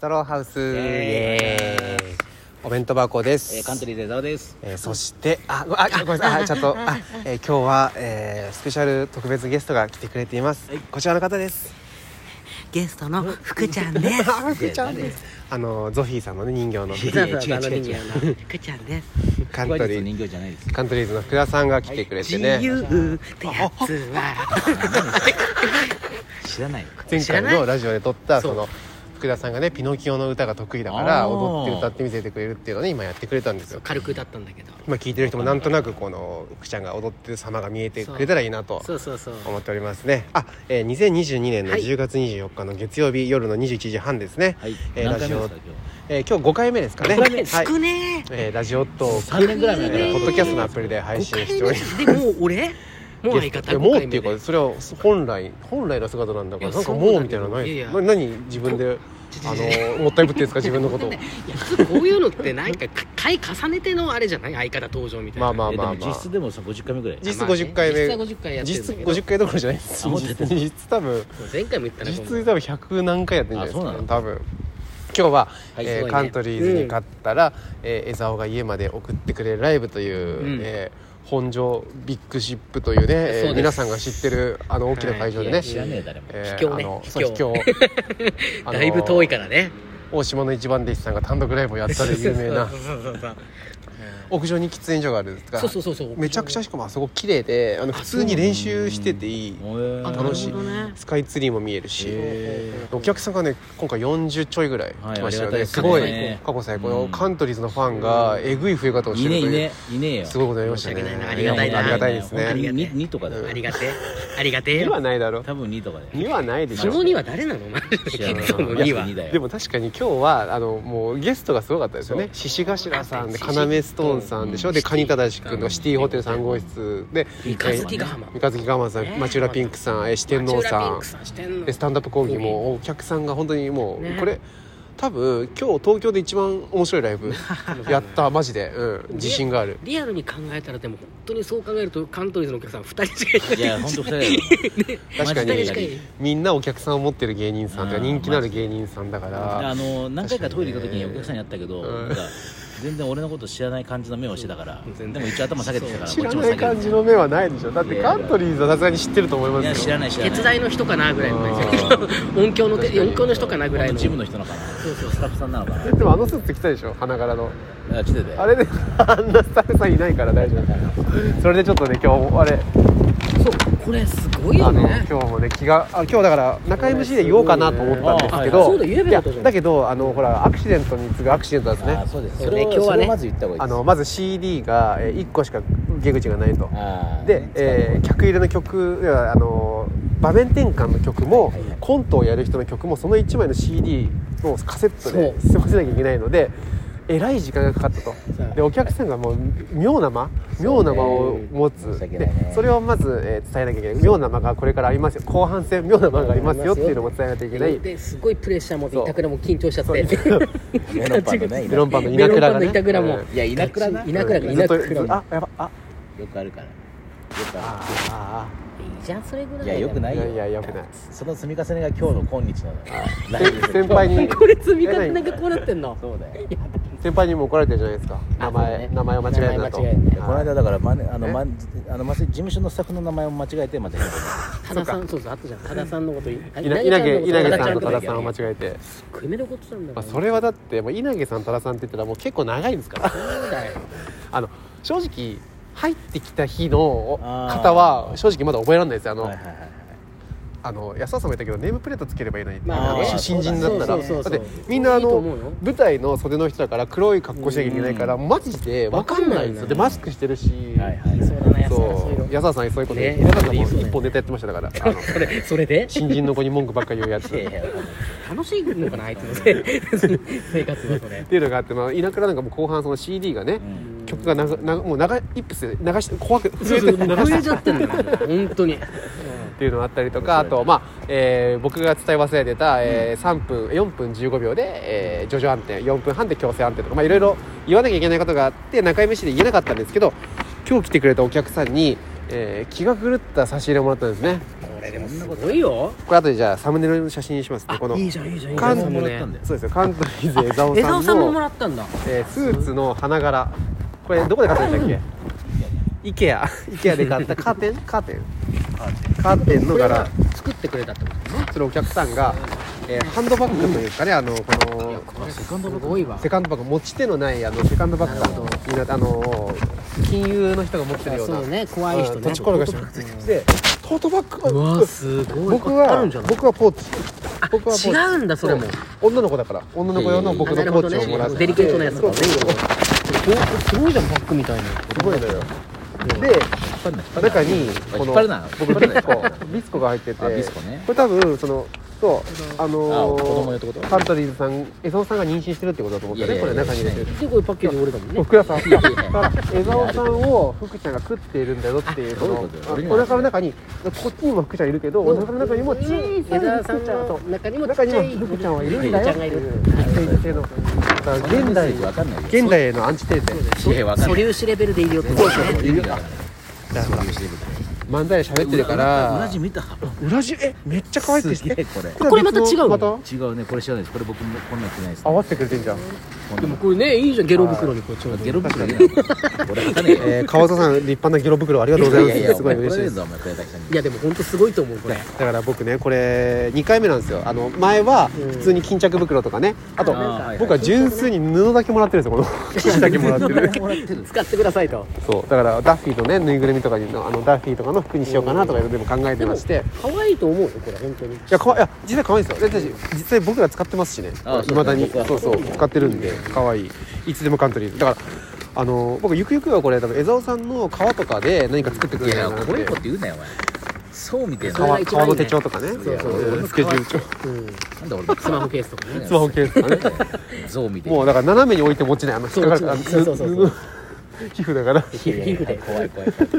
トローハウスイイエーイお弁当箱です、えー、カントリーでザワです。えーそしてあごあごめんなさいあちょっとあ、えー今日は、えースペシャル特別ゲストが来てくれています、こちらの方ですゲストの福ちゃん です。あ福ちゃんいや誰ですあのゾフィーさんのね人形のいや違う違う違うあの福ちゃんです。カンごト挨リ拶ーの人形じゃないです。カントリーズの福田さんが来てくれてね、自由ってやつは知らないのか。前知回らないのラジオで撮ったそうその福田さんがねピノキオの歌が得意だからあー踊って歌って見せてくれるっていうのをね今やってくれたんですよ軽くだったんだけど。今聞いてる人もなんとなくこの福ちゃんが踊ってる様が見えてくれたらいいなとそうそうそう。思っておりますねあ、えー、2022年のはい10月24日の月曜日夜の21時半ですね、はい。えー何回目ですかラジ今えー今日5回目ですかねごめんはい少ねえーラジオと日。三年ぐらいえ前からーポッドキャストのアプリでえ。配五信回してお目りますでもう俺もう相い方やもう五っ回てい目うかで。それは本来本来の姿なんだからいやなんかそうもうなみんただけいなどのないいやですいかやな何自分でちょあちょちょのもったいぶってんですか自分の こといや普通こういうのってなんかか回重ねてのあれじゃない相方登場みたいな。まあまあえーまあでもま実質でもさ50回目ぐらい。実質まあね50回目実際50回やってる実質んだけど。 50回どころじゃないですあ本当だ実質実質多分前回も言ったな。実今度質多分100何回やってるんじゃないであそうなすのか多分今日は、はいえーすごいねカントリーズに勝ったら、えー江沢が家まで送ってくれるライブという、うんえー本庄ビッグシップというね、えーそうです皆さんが知ってるあの大きな会場でね、はい知らねえ誰も。えー秘境ねあの秘そう境秘境 あのだいぶ遠いからね。大島の一番弟子さんが単独ライブをやったで有名なそうそうそうそう 屋上に喫煙所があるんですがそうそうそうそう。めちゃくちゃしかもあそこ綺麗であの普通に練習してていいうんあ楽しいなるほどねスカイツリーも見えるし、へお客さんがね今回40ちょいぐらいはい来ましたよありね、がたいですすねごい最過去最高、うんカントリーズのファンがえぐい増え方をしているねといいうねいねえよ。すごいことになりましたね申し訳ないなありがたいなありがたいですありねがたい2二とかだよあ。りがてえありがてえ2はよ。ないだろ多分2とかだよ。 2はないでしそょのには誰なのマジで知らないそのには。二だよ。でも確かに今日はあのもうゲストがすごかったですよねそう獅子頭さんで要ストーンさんでしょ、でカニタダシ君のシティホテル三号室で三日月ヶ浜えー三日月ヶ浜さん、ね町浦ピンクさんえー四天王マチュラさピンんクさんしてんのでスタンダップ講義もお客さんが本当にもう、ねこれ多分今日東京で一番面白いライブやったマジで、うん、自信があるリアルに考えたらでも本当にそう考えるとカントリーズのお客さん2人しかいいないや本当二人だよ。確かマジでに確かにみんなお客さんを持ってる芸人さんとかうん人気のある芸人さんだかあらの何回かトイレ行った時にお客さんに会ったけど、うんなんか全然俺のこと知らない感じの目をしてたから、全然でも一応頭下げてきたから知こっらちもな下いげて感じの目はないでしょだってカントリーズはさすがに知ってると思いまいやす知よらない知らない手伝いの人かなぐらいのあ音響の手音響の人かなぐらいのジムの人なのかなそうそうスタッフさんなのかなでもあのスーツ着たでしょ花柄のあ来ててあれであんなスタッフさんいないから大丈夫それでちょっとね今日あれそうこれすごいあよのね今日もね気があ今日だから中 MC で言おうかなと思ったんですけどあそうだ言えばよかったじゃんいやだけどあのほらアクシデントに次ぐアクシデントなんですねあそうですそうそねれを今日はねそれをまず言った方があいいですのまず CD が1個しか出口がないとあーで、えー客入れの曲いやあの場面転換の曲も、はいはいはいコントをやる人の曲もその1枚の CD をカセットでそ済ませなきゃいけないのでえらい時間がかかったとそうでお客さんがもう妙な間妙な間を持つ、申し訳ないねでそれをまず、えー伝えなきゃいけない妙な間がこれからありますよ後半戦妙な間がありますよっていうのも伝えなきゃいけないですごいプレッシャーもそう板倉も緊張しちゃってメロンパンのねメロンパンのメ稲ロンパ倉ンがのね板倉もうんいや稲倉な稲倉がずっと稲倉もあやばあよくあるからよくあああいいじゃんそれぐらいいやよくなあいいよやいやよくないその積み重ねが今日の今日のライブです先輩 に これ積み重ねがこうなって んのそうだよ先輩にも怒られてるじゃないですか名そう前、ね名前を間違えるなと名前間違えるねいやこの間だからマネあのえマネあのま事務所のスタッフの名前を間違えてまた言った多田さんそうそうあったじゃん多田さんのこと稲稲稲毛稲毛さんと多だ田さんを間違えて、組めることなんまだかあ、らそれはだってもう稲毛さん多田さんって言ったらもう結構長いですから そうだよあの正直入ってきた日のあー方は正直まだ覚えられないですよあの,、はいはいはいはいあの安田さんも言ったけどネームプレートつければいいのに、まあねあの新人だったらそうそうそうそうだってみんなあいいとの思うよ舞台の袖の人だから黒い格好しなきゃいけないから、マジで分かんないんですよわかんないねでマスクしてるし、はいはいそうだな安田さんそそういうのう安田さんそういうこと、ね安田さんもいいですね一本ネタやってましただからあのそれそれで新人の子に文句ばっか言うやついやいや楽しいのかなあいつのせ 生活がそれっていうのがあって、まあ、稲倉なんかもう後半その CD がね、ん曲がながながもう長い一筆で流して怖くてそう震えてそう流もう震しえちてゃってんの本当にっていうのがあったりとかあと、まあえー僕が伝え忘れてた、えー3分4分15秒で、えー、徐々暗転4分半で強制暗転とかまあいろいろ言わなきゃいけないことがあって中居しで言えなかったんですけど今日来てくれたお客さんに、えー気が狂った差し入れをもらったんですねこれでもすごいよこれ後でじゃあサムネイルの写真にしますねこのじゃんいいじゃんい缶ももらったんだねよそうですよカントリーズ江江澤沢ささんんものもらったんだえースーツの花柄これどこで買ったんでしたっけ IKEA IKEA で買ったカーテンカーテンカーテンの柄作ってくれたってことそれお客さんが、えーハンドバッグというかねあのこのこれセカンドすごいわセカンドバッグ持ち手のないあのセカンドバッグなるほがみんなあの金融の人が持ってるようなそうね怖い人うねんとっちころがしてるでトートバッグうわすごい僕あはるんじゃない僕はポーチ僕はポーチ違うんだそれもう女の子だから女の子用の僕のポーチをもらって、あなるほどねデリケートなやつとかねそうそうそうおすごいじゃんバッグみたいなすごいのよで張るな引っ張るな中にこ引のっ張るな僕ビスコビスコが入っててあビスコねこれ多分そのそうあのあ子供用ってことカントリーズさん江澤さんが妊娠してるってことだと思ったいねやいこれやい中やに入れてるでこれパッケージ俺だもんね僕らさんだから江澤さんを福ちゃんが食っているんだよっていうそどういのうこと俺におは腹の中にこっちにも福ちゃんいるけどお腹の中にも小さい江澤さ福んちゃんとの中にもち中っにちゃいも福ちゃんはいるんだよっていう一定のだから現代わかんないよ現代へのアンチテーゼいやわかん素ない粒子レベルでいいよってそこうとそうねそういるよだからそういうこと漫才で喋ってるから同じ見た裏地えめっちゃ可愛くてすげえこれこれまた違うのまた違うねこれ知らないですこれ僕もこんなん着ないです合わせてくれてんじゃん、こんなでのもこれねいいじゃんゲロ袋にこうちょうどゲロ袋入れないこれねえー、川田さん立派なゲロ袋ありがとうございますいやいやすごい嬉しいですお前これだけさんにいやでも本当すごいと思うこれだから僕ねこれ2回目なんですよあの前は普通に巾着袋とかねあとあーはいはい僕は純粋に布だけもらってるんですよこの生地だけもらってるもらってる使ってくださいとそうだからダッフィーのねぬいぐるみとかにあのダッフィーとかの服にしようかなとかいろいろ考えてでもまして可愛いと思うよこれ本当にいやかわいいや実際可愛いですよだって実際僕ら使ってますしねああいまだにそうかそうそう使ってるんで可愛いいつでもカントリーだからあの僕ゆくゆくはこれ多分江澤さんの革とかで何か作ってくいれるやかなっこれて以降って言うなよお前そうみたいなそれが革一番革いいねの手帳とかねそうそううんスケジュール帳うんなんだ俺スマホケースとかねスマホケースとかねゾウみたいなもうだから斜めに置いて持ちないあの引っかかるあのそうそうそうそう皮膚だからっ皮膚で怖い怖い怖い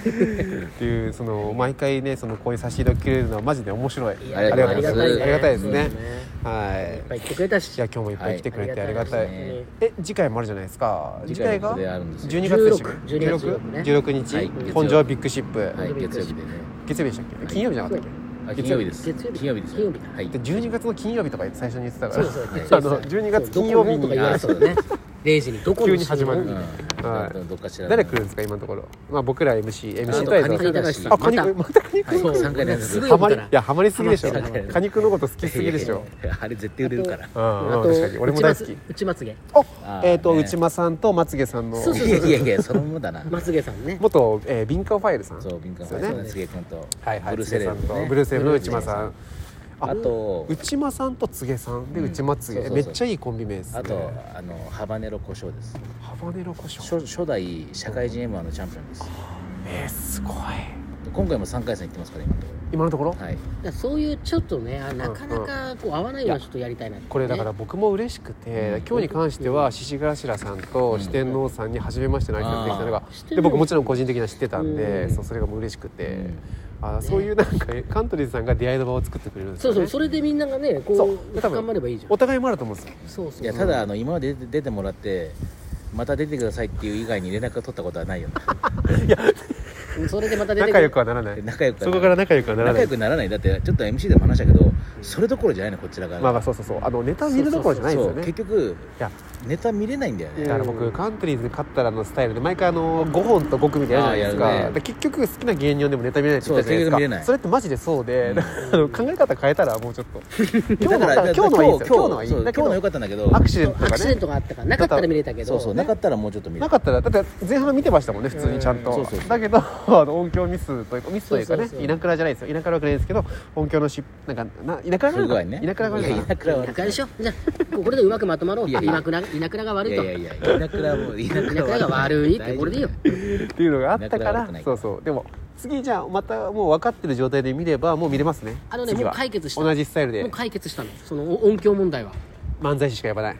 ていうその毎回ねそのこういう差し入れを切れるのはマジで面白いいやありがとうございますありがたいねありがたいですねそうねいっはぱい言ってくれたいしいや今日もいっぱい来てくれてありがたはいいありがたいですねえ次回もあるじゃないですか次次回回もがこれあるんですよ12月でしたっけ16 16ね16日、はい本庄ビッグシップ、はい月曜日でね月曜日でしたっけ金曜日じゃなかったっあ金曜日です月曜日金曜日です金曜日だはいけで12月の金曜日とか最初に言ってたかそら うそうはいそうあの12月金曜日にどこのとか言われ そうだね0時にどこの急に始まるうんはいどどっかしらの誰来るんですか今のところ、まあ、僕ら MC あ MC ととはカニカニ高橋あカニクまたカニクそう三回連続すごいハよマくりいからやハマりすぎでしょハマってる果肉のこと好きすぎでしょいやいやあれ絶対売れるからうんまああ確かに俺も大好き内まつげああえっ、と、ね内間さんとまつげさんのそうそういやいやいやそのもんだなまつげさんね元、えー、敏感ファイルさんそう敏感そう肌ねそうね杉江君とはいはいブルーセレブつげさんねとブルーセレブの内間さんあと内間さんとつげさんで内間つげ、そうそうめそうっちゃいいコンビ名ですねあとあのハバネロ胡椒ですハバネロ胡椒初初代社会人 M1 のチャンピオンですえー、すごい今回も3回戦行ってますから今のとこ今のところ、ろはいだからそういうちょっとねあなかなかこう合わないような人とやりたいなってねこれだから僕も嬉しくて、うん今日に関しては獅子頭さんとん四天王さんに初めましての挨拶できたのがあ、ーで僕もちろん個人的には知ってたんで、うんそうそれがもう嬉しくて、うんあーそういうなんかカントリーズさんが出会いの場を作ってくれるんですそよ、うね、そうそれでみんながねそこうう多分頑張ればいいじゃんお互いもあると思うんですよそうそういやただあの今まで出て出てもらってまた出てくださいっていう以外に連絡を取ったことはないよねそれでまた出てく仲良るくはならない仲良くはそならないこから仲良くはなら仲ない良くならないだってちょっと MC でも話したけどそれどころじゃないのこちらがまあまあそうそうそうあのネタ見るどころじゃないですそようね結局いやネタ見れないんだよねだからう僕んカントリーズに勝ったらのスタイルで毎回あの5本と5組でやるじゃないですあーかやるねで結局好きな芸人をでもネタ見れないって言ったじゃないですそう結局か見れないそれってマジでそうで、うんあの考え方変えたらもうちょっと今日の だから今日のはいいですよ今日のはいいそうだ今け日どの良かったんだけどアクシデントとアかクシデンねトがあったからなかったら見れたけどそうそうなかったらもうちょっと見れなかったらだって前半見てましたもんね普通にちゃんと、うんそうそうそうだけどあの音響ミスというかミスというかねそうそうそう田舎じゃないですよ田舎はわけないですけど音響のしなんかな田舎不具合ね田舎がいや田舎は悪田舎でしょじゃあこれでうまくまとまろういやいや田舎が田舎が悪いいとやいやいや田舎はもう田田舎が悪いってこれでいいよっていうのがあったかなくなるわらけないそうそうでも次じゃあまたもう分かってる状態で見ればもう見れますねあのね次はもう解決した同じスタイルもうで解決したのそのお音響 問題は漫才師しかやばない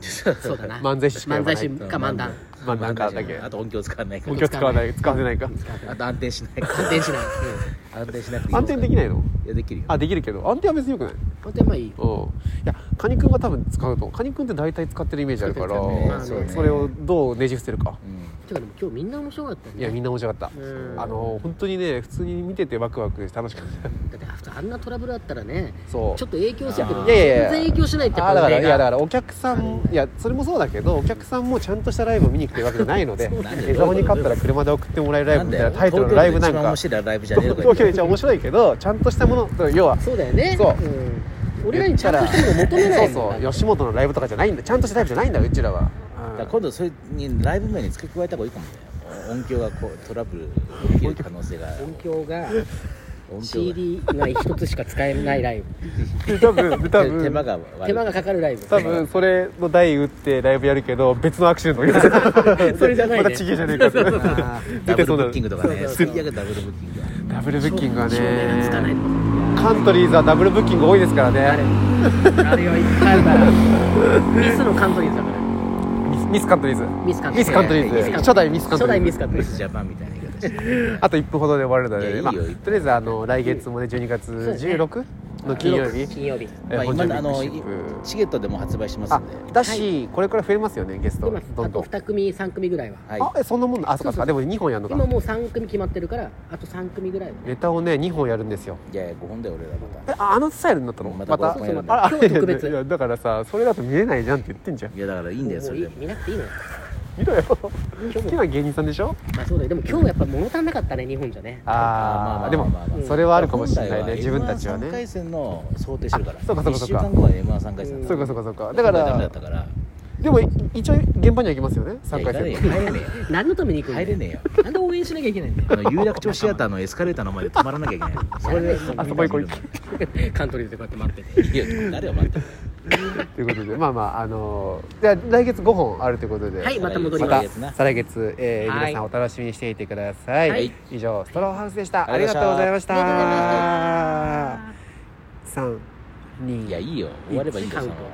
そうだな漫才師しか呼漫ばない才師か漫談まあなんかだけあと音響使わないから音響使わない使わせないかあと安定しないから安定しないうん安定しなくてい い安定できないのいやできるよあできるけど安定は別によくない本当にまあいいうんいやカニくんは多分使うとカニくんって大体使ってるイメージあるから使ってるねまあねそれをどうねじ伏せるかうん今かでも今日みんな面白かったねいやみんな面白かったうんあの本当にね普通に見ててワクワクして楽しかっただってあんなトラブルあったらねそうちょっと影響するけどいやいやいや全然影響しないってあーだからいやだがからお客さんいやそれもそうだけどお客さんもちゃんとしたライブを見に来てるわけじゃないのでなんで江沢に勝ったら車で送ってもらえるライブみたいなタイトルのライブなん東か京で一番面白いライブじゃねえの東か京で一番面白いけどちゃんとしたものと要はそうだよねそうん俺らにちゃんとしたもの求めないそうよそう吉本のライブとかじゃないんだちゃんとしたライブじゃないんだうちらは、うだからん今度それにライブ名に付け加えた方がいいかもね音響がこうトラブルできる可能性が音響が音響が CD が一つしか使えないライでブ多分で多分手間が悪い手間がかかるライブ多分それの台打ってライブやるけど別のアクシデントが起きる それじゃないねまたちげえじゃねえかってあーダ絶対そうブルブなッるキングとかねそうそうそうすり上げダブルブッキングダブルブッキングはね照明がつかないカントリーズはダブルブッキング多いですからあれねあれはいっぱいあるからミスのカントリーズだからミスミスカントリーズミスカントミリーズスカントリーミスズカントリーズ初代ミスカント初リ代ーミズスカントミリースズジャパンみたいな言い方してあと1分ほどで終わるのいで、やまあ、いいとよりあえいいよずあの来月もね12月16の金曜日金曜日えまあ本今日あのビッグシップチケットでも発売してますあんでだしこれから増えますよねゲスト今どあんどとん2組3組ぐらいははいあえそんなもんなあそうかそうかでも2本やるの今かもう3組決まってるからあと3組ぐらいはネタをね2本やるんですよいやいや5本だよ俺らまたえああのスタイルになったのままたたごそうそう今日あら今日特別いやいやだからさそれだと見れないじゃんって言ってんじゃんいやだからいいんだよもそうれいでいも見なくていいのよ見ろよ好今日きもな芸人さんでしょまあそうだよでも今日やっぱ物足んなかったね日本じゃねあーまあああでもまあまあそれはあるかもしれないね本来は自分たちは M13 回ね戦の想定してるからあそうかそうかそ1うか週間後は m 1 3回うん戦そうかそうかそうかだかダメだらったからでも一応現場には行きますよね3回いや戦行かねえよ入れね何のためにえ行くよ入んだれよねえよなんで応援しなきゃいけないんだよあの有楽町シアターのエスカレーターの前で止まらなきゃいけないそれであ そこ行こう行こ カントリーズでこうやって待っていてや誰を待ってんのということでまあまああのーじゃあ来月5本あるということではいまた戻りままたす再来月、えーはい皆さんお楽しみにしていてください、はい以上ストローハウスでしたあありりががととううごござざいいままししたたありがとうござい三二いやいいよ終わればいいんだよその